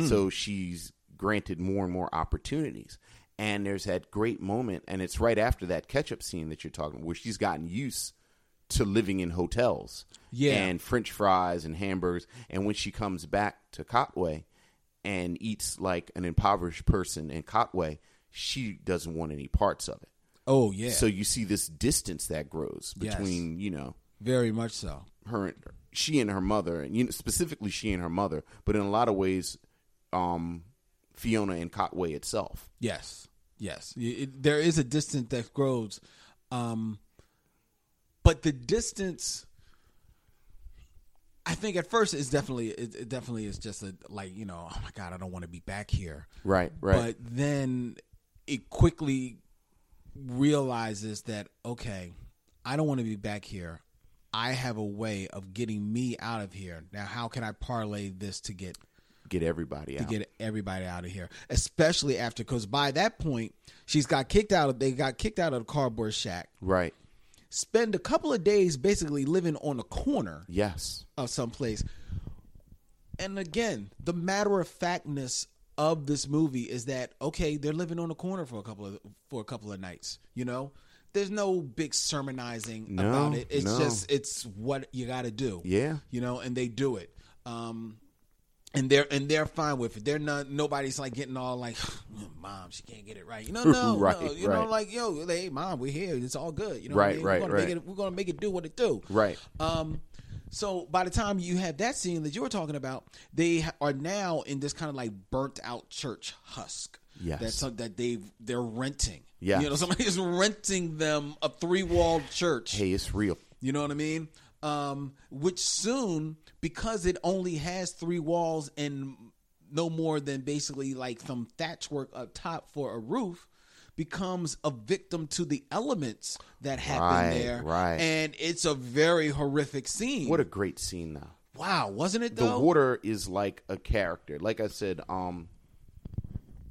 [SPEAKER 2] So she's granted more and more opportunities. And there's that great moment, and it's right after that catch-up scene that you're talking, where she's gotten used to living in hotels,
[SPEAKER 1] Yeah.
[SPEAKER 2] and French fries and hamburgers. And when she comes back to Cotway and eats like an impoverished person in Cotway, she doesn't want any parts of it.
[SPEAKER 1] Oh yeah,
[SPEAKER 2] So you see this distance that grows
[SPEAKER 1] Yes.
[SPEAKER 2] between, you know,
[SPEAKER 1] very much so.
[SPEAKER 2] her and she and her mother, and you know, specifically she and her mother, but in a lot of ways, um, Fiona and Cotway itself.
[SPEAKER 1] Yes, yes. Y- it- there is a distance that grows, um, but the distance, I think, at first is definitely it, it definitely is just a like you know, oh my god, I don't want to be back here.
[SPEAKER 2] Right, right.
[SPEAKER 1] But then it quickly realizes that okay, I don't want to be back here. I have a way of getting me out of here. Now, how can I parlay this to get
[SPEAKER 2] Get everybody out.
[SPEAKER 1] to get everybody out of here, especially after because by that point she's got kicked out of they got kicked out of the cardboard shack.
[SPEAKER 2] right.
[SPEAKER 1] Spend a couple of days basically living on a corner
[SPEAKER 2] Yes.
[SPEAKER 1] of someplace. And again, the matter of factness of this movie is that okay, they're living on a corner for a couple of for a couple of nights. You know, there's no big sermonizing
[SPEAKER 2] No,
[SPEAKER 1] about it. It's
[SPEAKER 2] no.
[SPEAKER 1] just it's what you got to do.
[SPEAKER 2] Yeah.
[SPEAKER 1] you know, and they do it. Um, and they're and they're fine with it. They're not. Nobody's like getting all like, "Mom, she can't get it right." You know, no,
[SPEAKER 2] Right,
[SPEAKER 1] no. You know,
[SPEAKER 2] right.
[SPEAKER 1] like, "Yo, hey, mom, we're here. It's all good." You know,
[SPEAKER 2] Right,
[SPEAKER 1] what I mean?
[SPEAKER 2] right,
[SPEAKER 1] we're gonna
[SPEAKER 2] right.
[SPEAKER 1] Make it, we're gonna make it do what it do.
[SPEAKER 2] Right.
[SPEAKER 1] Um, so by the time you have that scene that you were talking about, they ha- are now in this kind of like burnt out church husk.
[SPEAKER 2] Yes.
[SPEAKER 1] That's some- that they they're renting.
[SPEAKER 2] Yes.
[SPEAKER 1] You know, somebody is renting them a three walled church.
[SPEAKER 2] Hey, it's real.
[SPEAKER 1] You know what I mean? Um, which soon, because it only has three walls and no more than basically like some thatchwork up top for a roof, becomes a victim to the elements that happen
[SPEAKER 2] Right,
[SPEAKER 1] there.
[SPEAKER 2] right.
[SPEAKER 1] And it's a very horrific scene.
[SPEAKER 2] What a great scene, though.
[SPEAKER 1] wow, wasn't it
[SPEAKER 2] the
[SPEAKER 1] though?
[SPEAKER 2] water is like a character. Like I said, um,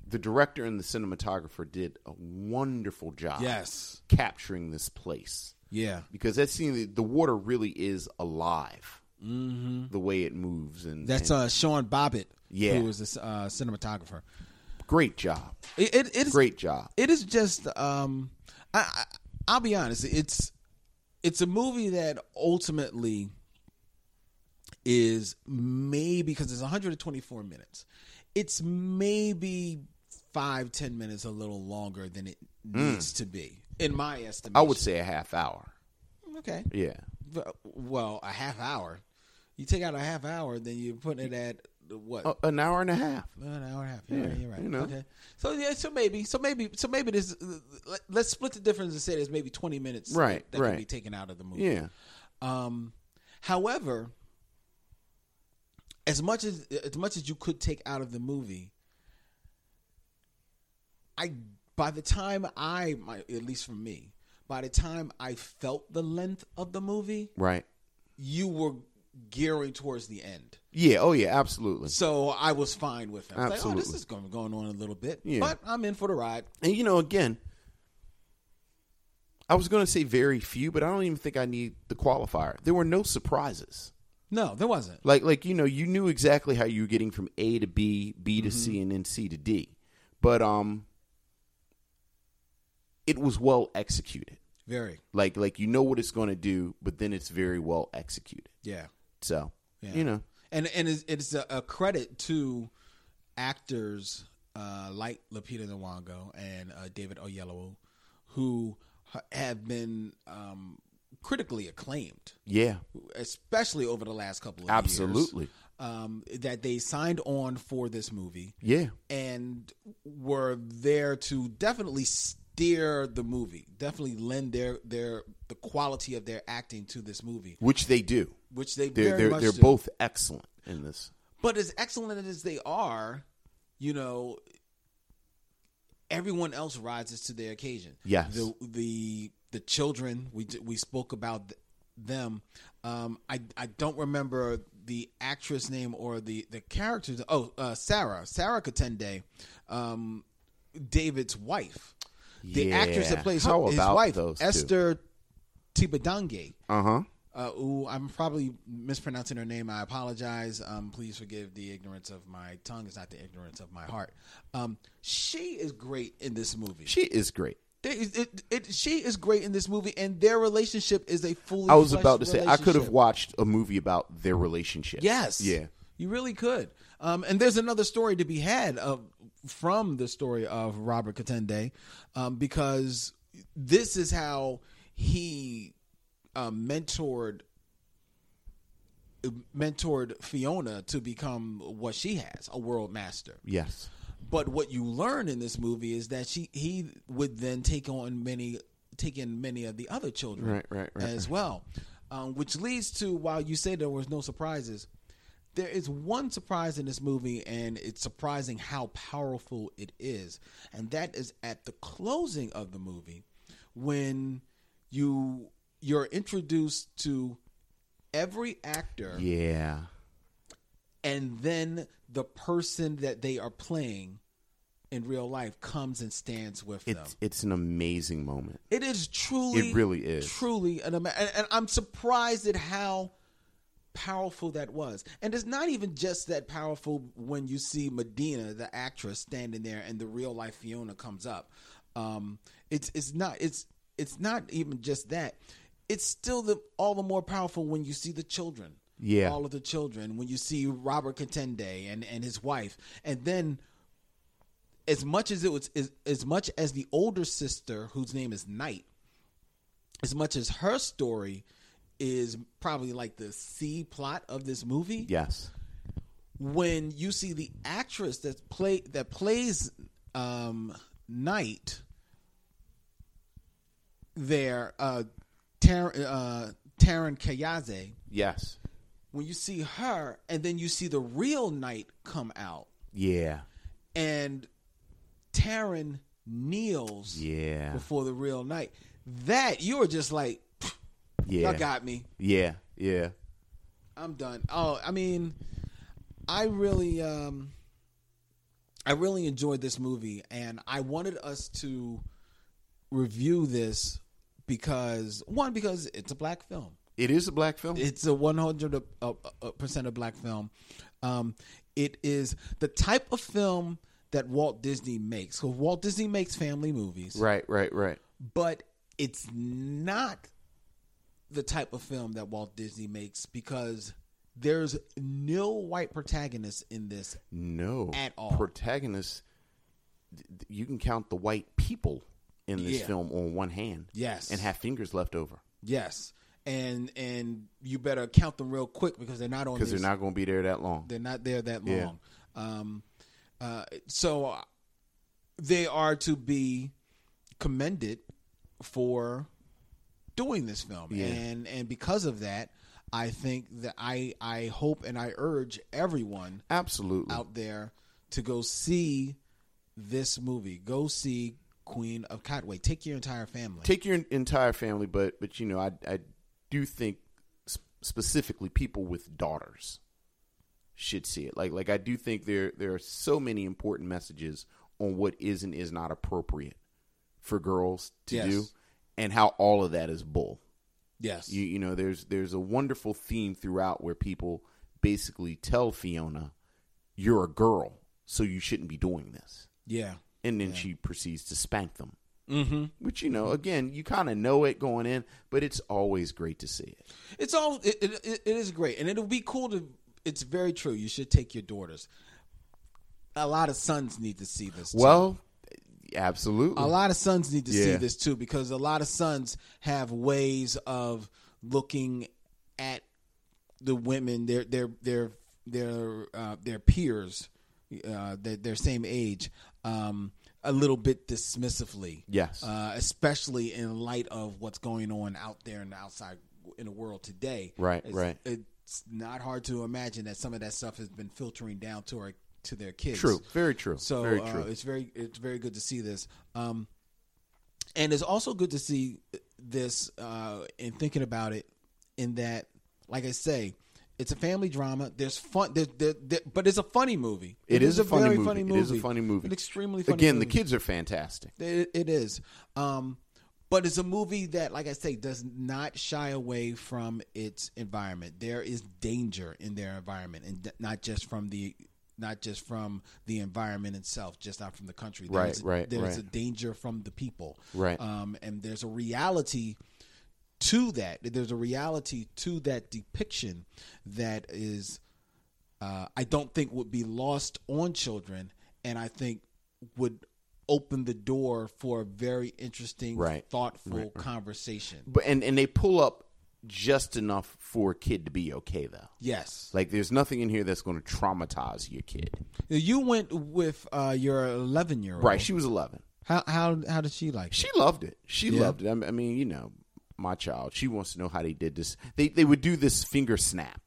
[SPEAKER 2] the director and the cinematographer did a wonderful job.
[SPEAKER 1] Yes.
[SPEAKER 2] capturing this place
[SPEAKER 1] Yeah.
[SPEAKER 2] because that scene, the- the water really is alive. Mm-hmm. The way it moves and
[SPEAKER 1] That's
[SPEAKER 2] and
[SPEAKER 1] uh, Sean Bobbitt,
[SPEAKER 2] Yeah.
[SPEAKER 1] who is a uh, cinematographer.
[SPEAKER 2] great job,
[SPEAKER 1] It, it, it's
[SPEAKER 2] great job.
[SPEAKER 1] it is just um I, I i'll be honest it's it's a movie that ultimately is maybe because it's 124 minutes it's maybe five ten minutes a little longer than it needs to be in my estimation
[SPEAKER 2] Hmm. I would say a half hour.
[SPEAKER 1] okay
[SPEAKER 2] Yeah,
[SPEAKER 1] well a half hour you take out a half hour then you're putting it at what
[SPEAKER 2] A- Oh, an hour and a half.
[SPEAKER 1] an hour and a half. Yeah,
[SPEAKER 2] Yeah,
[SPEAKER 1] you're right.
[SPEAKER 2] you know.
[SPEAKER 1] Okay. So yeah, so maybe, so maybe, so maybe this. let- Let's split the difference and say there's maybe 20 minutes that-
[SPEAKER 2] Right,
[SPEAKER 1] that, can
[SPEAKER 2] right.
[SPEAKER 1] be taken out of the movie.
[SPEAKER 2] Yeah,
[SPEAKER 1] Um, however, as much as as much as you could take out of the movie, I by the time I, my, at least for me, by the time I felt the length of the movie,
[SPEAKER 2] right.
[SPEAKER 1] you were gearing towards the end.
[SPEAKER 2] Yeah. Oh, yeah. Absolutely.
[SPEAKER 1] So I was fine with it. I was like, oh, this
[SPEAKER 2] Absolutely.
[SPEAKER 1] is going, going on a little bit,
[SPEAKER 2] Yeah.
[SPEAKER 1] but I'm in for the ride.
[SPEAKER 2] And you know, again, I was going to say very few, but I don't even think I need the qualifier. There were no surprises.
[SPEAKER 1] No, there wasn't.
[SPEAKER 2] Like, like you know, you knew exactly how you were getting from A to B, B to
[SPEAKER 1] Mm-hmm.
[SPEAKER 2] C, and then C to D. But um, it was well executed.
[SPEAKER 1] Very.
[SPEAKER 2] Like, like you know what it's going to do, but then it's very well executed.
[SPEAKER 1] Yeah.
[SPEAKER 2] So,
[SPEAKER 1] Yeah.
[SPEAKER 2] you know,
[SPEAKER 1] And and it's, it's a, a credit to actors uh, like Lupita Nyong'o and uh, David Oyelowo, who ha- have been um, critically acclaimed,
[SPEAKER 2] yeah,
[SPEAKER 1] especially over the last couple of years.
[SPEAKER 2] absolutely,
[SPEAKER 1] Um, that they signed on for this movie.
[SPEAKER 2] yeah.
[SPEAKER 1] and were there to definitely steer the movie, definitely lend their their the quality of their acting to this movie,
[SPEAKER 2] Which they do.
[SPEAKER 1] which they
[SPEAKER 2] They're
[SPEAKER 1] very
[SPEAKER 2] they're
[SPEAKER 1] much
[SPEAKER 2] they're
[SPEAKER 1] do.
[SPEAKER 2] both excellent in this.
[SPEAKER 1] But as excellent as they are, you know, everyone else rises to their occasion.
[SPEAKER 2] Yes.
[SPEAKER 1] the the the children we d- we spoke about th- them. Um, I I don't remember the actress name or the the characters. Oh, uh, Sarah Sarah Katende, um, David's wife. The actress
[SPEAKER 2] Yeah.
[SPEAKER 1] that plays
[SPEAKER 2] How
[SPEAKER 1] her- his
[SPEAKER 2] about
[SPEAKER 1] wife,
[SPEAKER 2] those two?
[SPEAKER 1] Esther Tibadange.
[SPEAKER 2] Uh huh.
[SPEAKER 1] Uh, ooh, I'm probably mispronouncing her name. I apologize. Um, please forgive the ignorance of my tongue. It's not the ignorance of my heart. Um, she is great in this movie.
[SPEAKER 2] She is great.
[SPEAKER 1] They- it, it, she is great in this movie, and their relationship is a fully.
[SPEAKER 2] I was
[SPEAKER 1] fleshed
[SPEAKER 2] about to say I could have
[SPEAKER 1] relationship.
[SPEAKER 2] watched a movie about their relationship.
[SPEAKER 1] Yes.
[SPEAKER 2] Yeah.
[SPEAKER 1] You really could. Um, and there's another story to be had of, from the story of Robert Katende um, because this is how he uh, mentored mentored Fiona to become what she has, a world master.
[SPEAKER 2] Yes.
[SPEAKER 1] But what you learn in this movie is that she he would then take on many take in many of the other children
[SPEAKER 2] Right, right, right,
[SPEAKER 1] as well, um, which leads to while you say there was no surprises, there is one surprise in this movie, and it's surprising how powerful it is, and that is at the closing of the movie when you you're introduced to every actor
[SPEAKER 2] Yeah.
[SPEAKER 1] and then the person that they are playing in real life comes and stands with them.
[SPEAKER 2] It's it's an amazing moment.
[SPEAKER 1] It is truly,
[SPEAKER 2] It really is.
[SPEAKER 1] truly an ama- and, and I'm surprised at how powerful that was. And it's not even just that powerful when you see Medina, the actress, standing there, and the real life Fiona comes up. Um, it's it's not it's it's not even just that. It's still the all the more powerful when you see the children.
[SPEAKER 2] Yeah.
[SPEAKER 1] all of the children. When you see Robert Katende and and his wife, and then as much as it was as, as much as the older sister whose name is Knight, as much as her story is probably like the C plot of this movie.
[SPEAKER 2] Yes.
[SPEAKER 1] When you see the actress that play that plays um Knight there, uh Tar- uh Taryn Kayaze,
[SPEAKER 2] Yes.
[SPEAKER 1] when you see her and then you see the real Knight come out
[SPEAKER 2] Yeah.
[SPEAKER 1] and Taryn kneels
[SPEAKER 2] Yeah.
[SPEAKER 1] before the real night. That you were just like,
[SPEAKER 2] Yeah.
[SPEAKER 1] y'all got me.
[SPEAKER 2] Yeah. Yeah.
[SPEAKER 1] I'm done. Oh, I mean, I really, um, I really enjoyed this movie, and I wanted us to review this because one, because it's a black film.
[SPEAKER 2] It is a black film.
[SPEAKER 1] It's a 100 uh, uh, percent a black film. Um, it is the type of film that Walt Disney makes. So Walt Disney makes family movies,
[SPEAKER 2] right, right, right.
[SPEAKER 1] but it's not the type of film that Walt Disney makes because there's no white protagonist in this.
[SPEAKER 2] No.
[SPEAKER 1] At all.
[SPEAKER 2] Protagonists th- th- you can count the white people in this
[SPEAKER 1] Yeah.
[SPEAKER 2] film on one hand.
[SPEAKER 1] Yes.
[SPEAKER 2] And have fingers left over
[SPEAKER 1] Yes, and and you better count them real quick because they're not on
[SPEAKER 2] because they're
[SPEAKER 1] this-
[SPEAKER 2] not going to be there that long.
[SPEAKER 1] They're not there that
[SPEAKER 2] Yeah.
[SPEAKER 1] long. Um, uh, so uh, they are to be commended for doing this film, and and because of that, I think that I I hope and I urge everyone
[SPEAKER 2] Absolutely.
[SPEAKER 1] out there to go see this movie. Go see Queen of Catway. Take your entire family.
[SPEAKER 2] take your entire family, but but you know, I I do think sp- specifically people with daughters should see it. Like like I do think there there are so many important messages on what is and is not appropriate for girls to
[SPEAKER 1] Yes.
[SPEAKER 2] do, and how all of that is bull.
[SPEAKER 1] yes.
[SPEAKER 2] You you know, there's there's a wonderful theme throughout where people basically tell Fiona, "You're a girl, so you shouldn't be doing this."
[SPEAKER 1] yeah.
[SPEAKER 2] and then she proceeds to spank them. Mm-hmm. Which you know, again, you kind of know it going in, but it's always great to see it.
[SPEAKER 1] It's all it, it, it it is great, and it'll be cool to. It's very true. You should take your daughters. A lot of sons need to see this. Too.
[SPEAKER 2] Well, absolutely.
[SPEAKER 1] a lot of sons need to see
[SPEAKER 2] Yeah.
[SPEAKER 1] this too because a lot of sons have ways of looking at the women, their their their their uh, their peers, uh, their, their same age, um, a little bit dismissively.
[SPEAKER 2] Yes.
[SPEAKER 1] uh, especially in light of what's going on out there in the outside in the world today.
[SPEAKER 2] Right,
[SPEAKER 1] It's-
[SPEAKER 2] right.
[SPEAKER 1] It's not hard to imagine that some of that stuff has been filtering down to our to their kids.
[SPEAKER 2] True. Very true.
[SPEAKER 1] So
[SPEAKER 2] Very
[SPEAKER 1] uh,
[SPEAKER 2] true.
[SPEAKER 1] it's very it's very good to see this. Um, and it's also good to see this uh, in thinking about it. In that, like I say, It's a family drama. There's fun, there, there, there- but it's a funny movie.
[SPEAKER 2] it is, a funny,
[SPEAKER 1] very
[SPEAKER 2] movie. It is a funny movie.
[SPEAKER 1] An extremely funny
[SPEAKER 2] Again,
[SPEAKER 1] movie.
[SPEAKER 2] the kids are fantastic.
[SPEAKER 1] It, it is. Um, but it's a movie that, like I say, does not shy away from its environment. There is danger in their environment, and th- not just from the not just from the environment itself, just not from the country.
[SPEAKER 2] Right,
[SPEAKER 1] There's-
[SPEAKER 2] right,
[SPEAKER 1] There's
[SPEAKER 2] right.
[SPEAKER 1] a danger from the people.
[SPEAKER 2] Right.
[SPEAKER 1] Um, and there's a reality to that. There's a reality to that depiction that is uh, I don't think would be lost on children, and I think would open the door for a very interesting,
[SPEAKER 2] Right.
[SPEAKER 1] thoughtful conversation.
[SPEAKER 2] But and and they pull up just enough for a kid to be okay though.
[SPEAKER 1] Yes,
[SPEAKER 2] Like there's nothing in here that's going to traumatize your kid.
[SPEAKER 1] Now, you went with uh, your eleven-year-old.
[SPEAKER 2] Right? She was 11.
[SPEAKER 1] How how how did she like? it?
[SPEAKER 2] She loved it. She
[SPEAKER 1] Yeah.
[SPEAKER 2] loved it. I mean- I mean, you know, my child. She wants to know how they did this. They they would do this finger snap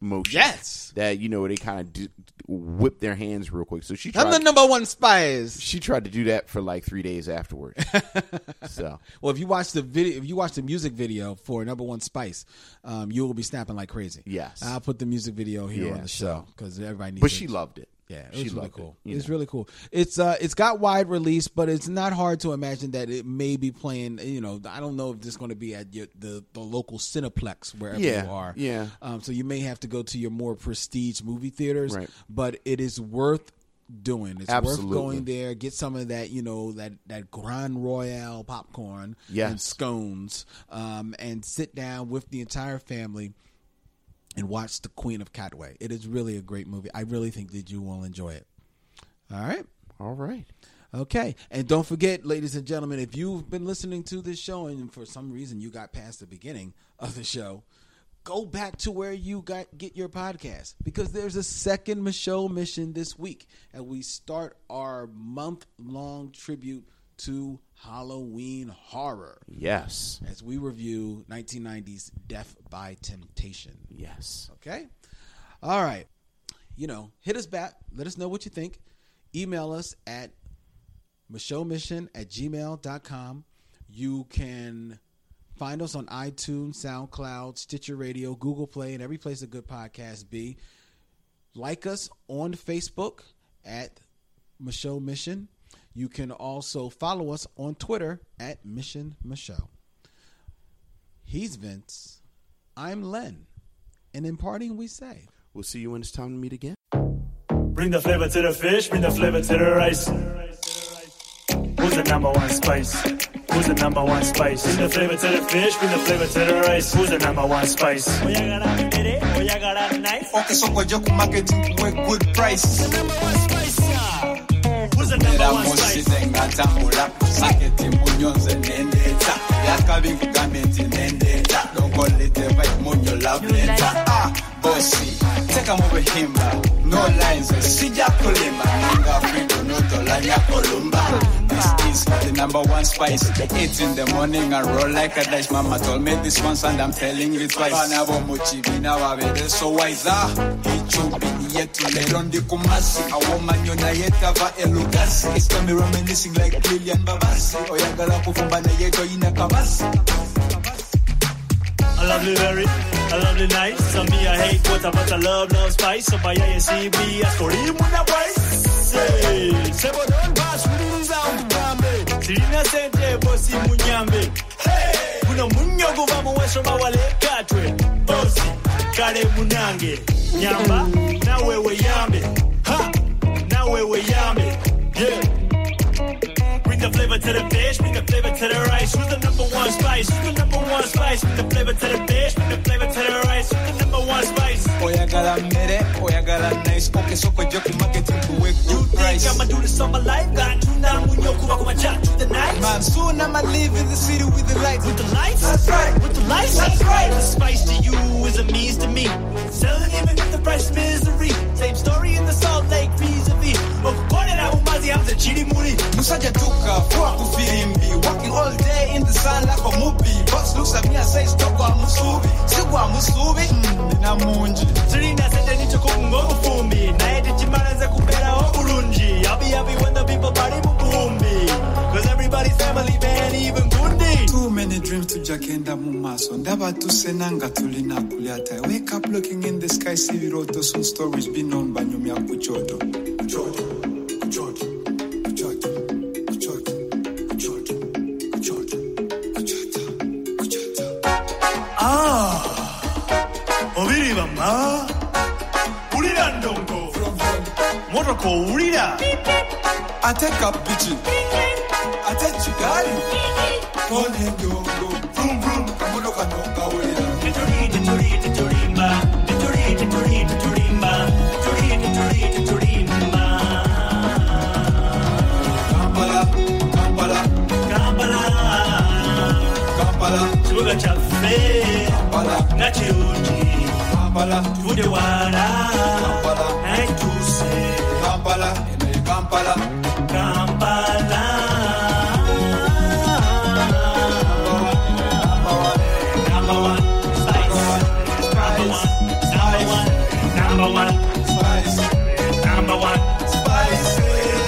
[SPEAKER 2] motion.
[SPEAKER 1] Yes.
[SPEAKER 2] That you know they kind of do, whip their hands real quick. So she
[SPEAKER 1] I'm
[SPEAKER 2] tried.
[SPEAKER 1] the number one spies.
[SPEAKER 2] she tried to do that for like three days afterwards. so
[SPEAKER 1] Well, if you watch the video, if you watch the music video for number one spice, um, you will be snapping like crazy.
[SPEAKER 2] Yes.
[SPEAKER 1] I'll put the music video here
[SPEAKER 2] Yeah,
[SPEAKER 1] on the
[SPEAKER 2] so-
[SPEAKER 1] show because everybody needs.
[SPEAKER 2] But
[SPEAKER 1] it.
[SPEAKER 2] she loved it.
[SPEAKER 1] Yeah, it
[SPEAKER 2] she
[SPEAKER 1] was really
[SPEAKER 2] loved
[SPEAKER 1] cool.
[SPEAKER 2] you
[SPEAKER 1] It's
[SPEAKER 2] know.
[SPEAKER 1] really cool. It's uh, it's got wide release, but it's not hard to imagine that it may be playing. You know, I don't know if this is going to be at your, the the local Cineplex wherever
[SPEAKER 2] Yeah,
[SPEAKER 1] you are.
[SPEAKER 2] yeah.
[SPEAKER 1] Um, so you may have to go to your more prestige movie theaters,
[SPEAKER 2] Right.
[SPEAKER 1] but it is worth doing. It's
[SPEAKER 2] Absolutely.
[SPEAKER 1] worth going there, get some of that, you know, that that Grand Royale popcorn
[SPEAKER 2] Yes.
[SPEAKER 1] and scones, um, and sit down with the entire family and watch The Queen of Catway. It is really a great movie. I really think that you will enjoy it. All right.
[SPEAKER 2] All right.
[SPEAKER 1] Okay. And don't forget, ladies and gentlemen, if you've been listening to this show and for some reason you got past the beginning of the show, go back to where you got get your podcast because there's a second Michelle mission this week. And we start our month long tribute to Halloween horror
[SPEAKER 2] Yes.
[SPEAKER 1] as we review 1990's Death by Temptation.
[SPEAKER 2] Yes.
[SPEAKER 1] Okay. All right. You know, hit us back. Let us know what you think. Email us at Mission at gmail.com. You can find us on iTunes, SoundCloud, Stitcher Radio, Google Play, and every place a good podcast be. Like us on Facebook at Michelle Mission. You can also follow us on Twitter at Mission Michelle. He's Vince. I'm Len. And in parting, we say.
[SPEAKER 2] We'll see you when it's time to meet again.
[SPEAKER 10] Bring the flavor to the fish, bring the flavor to the rice. Who's the number one spice? Who's the number one spice? Bring the flavor to the fish, bring the flavor to the rice. Who's the number one spice? Voy a ganar dere, voy a ganar nice. Okay, so for Joku Market, with good price. Who's the number one spice? ah? Who's the number one spice? Ah, A lovely berry, a lovely night. Some me I hate water, but I love love spice. So by I see me, I score him on a price. Say, say, but don't pass me down to Gambe. Sirina Sente, Bossy Munyambe. Hey, Kuno Munyogo, Vamo Wesho Mawale, Katwe. Bossy, Kare Munange. Nyamba, nawe we yambe. Ha, nawe we yambe. Yeah. Bring the flavor to the fish, bring the flavor to the rice. Who's the number one spice? Who's the number one spice? Bring the flavor to the fish, bring the flavor to the rice. Who's the number one spice? You think I'ma do this all my life? Got two now, when yo kuma kuma chat to the night. Man, soon I'ma live in the city with the lights. With the lights? That's right. With the lights? That's right. The spice to you is a means to me. Selling even if the price is misery. Same story in the Salt Lake vis-a-vis. But born in Abu Mazi, I'm the chili moody.
[SPEAKER 5] Musajja tuka, fuck to filimbi. Working all day in the sun like a movie. Boss looks at me and says, Tokwa Musubi. Sigwa Musubi, Mm, nina mungi.
[SPEAKER 10] Serena said they need to cook ngoku fumbi. Naye tichimaranze kuperaho kulungi. Yabi yabi when the people party mubumbi. Cause everybody's family man, even Gundi.
[SPEAKER 5] Too many dreams to jakenda mumaso. so ndabatu senanga tulina kuliata wake up looking in the sky see viroto soon storage binomba nyumi ya kuchoto kuchoto kuchoto kuchoto kuchoto kuchoto kuchoto kuchoto kuchoto
[SPEAKER 10] Ah, obiri bamba, ulira ndongo, motoko ulira.
[SPEAKER 5] ate kapiji ate chigari pone ndongo vroom vroom kamotoka nongawulira kampala kampala kampala
[SPEAKER 10] kibuga kyaffe nakirungi tuvudde wala naye tuuse
[SPEAKER 5] kampala eno ye kampala
[SPEAKER 10] kampala Number one, spice. Number one, number one, number one, spice. Number one, spice.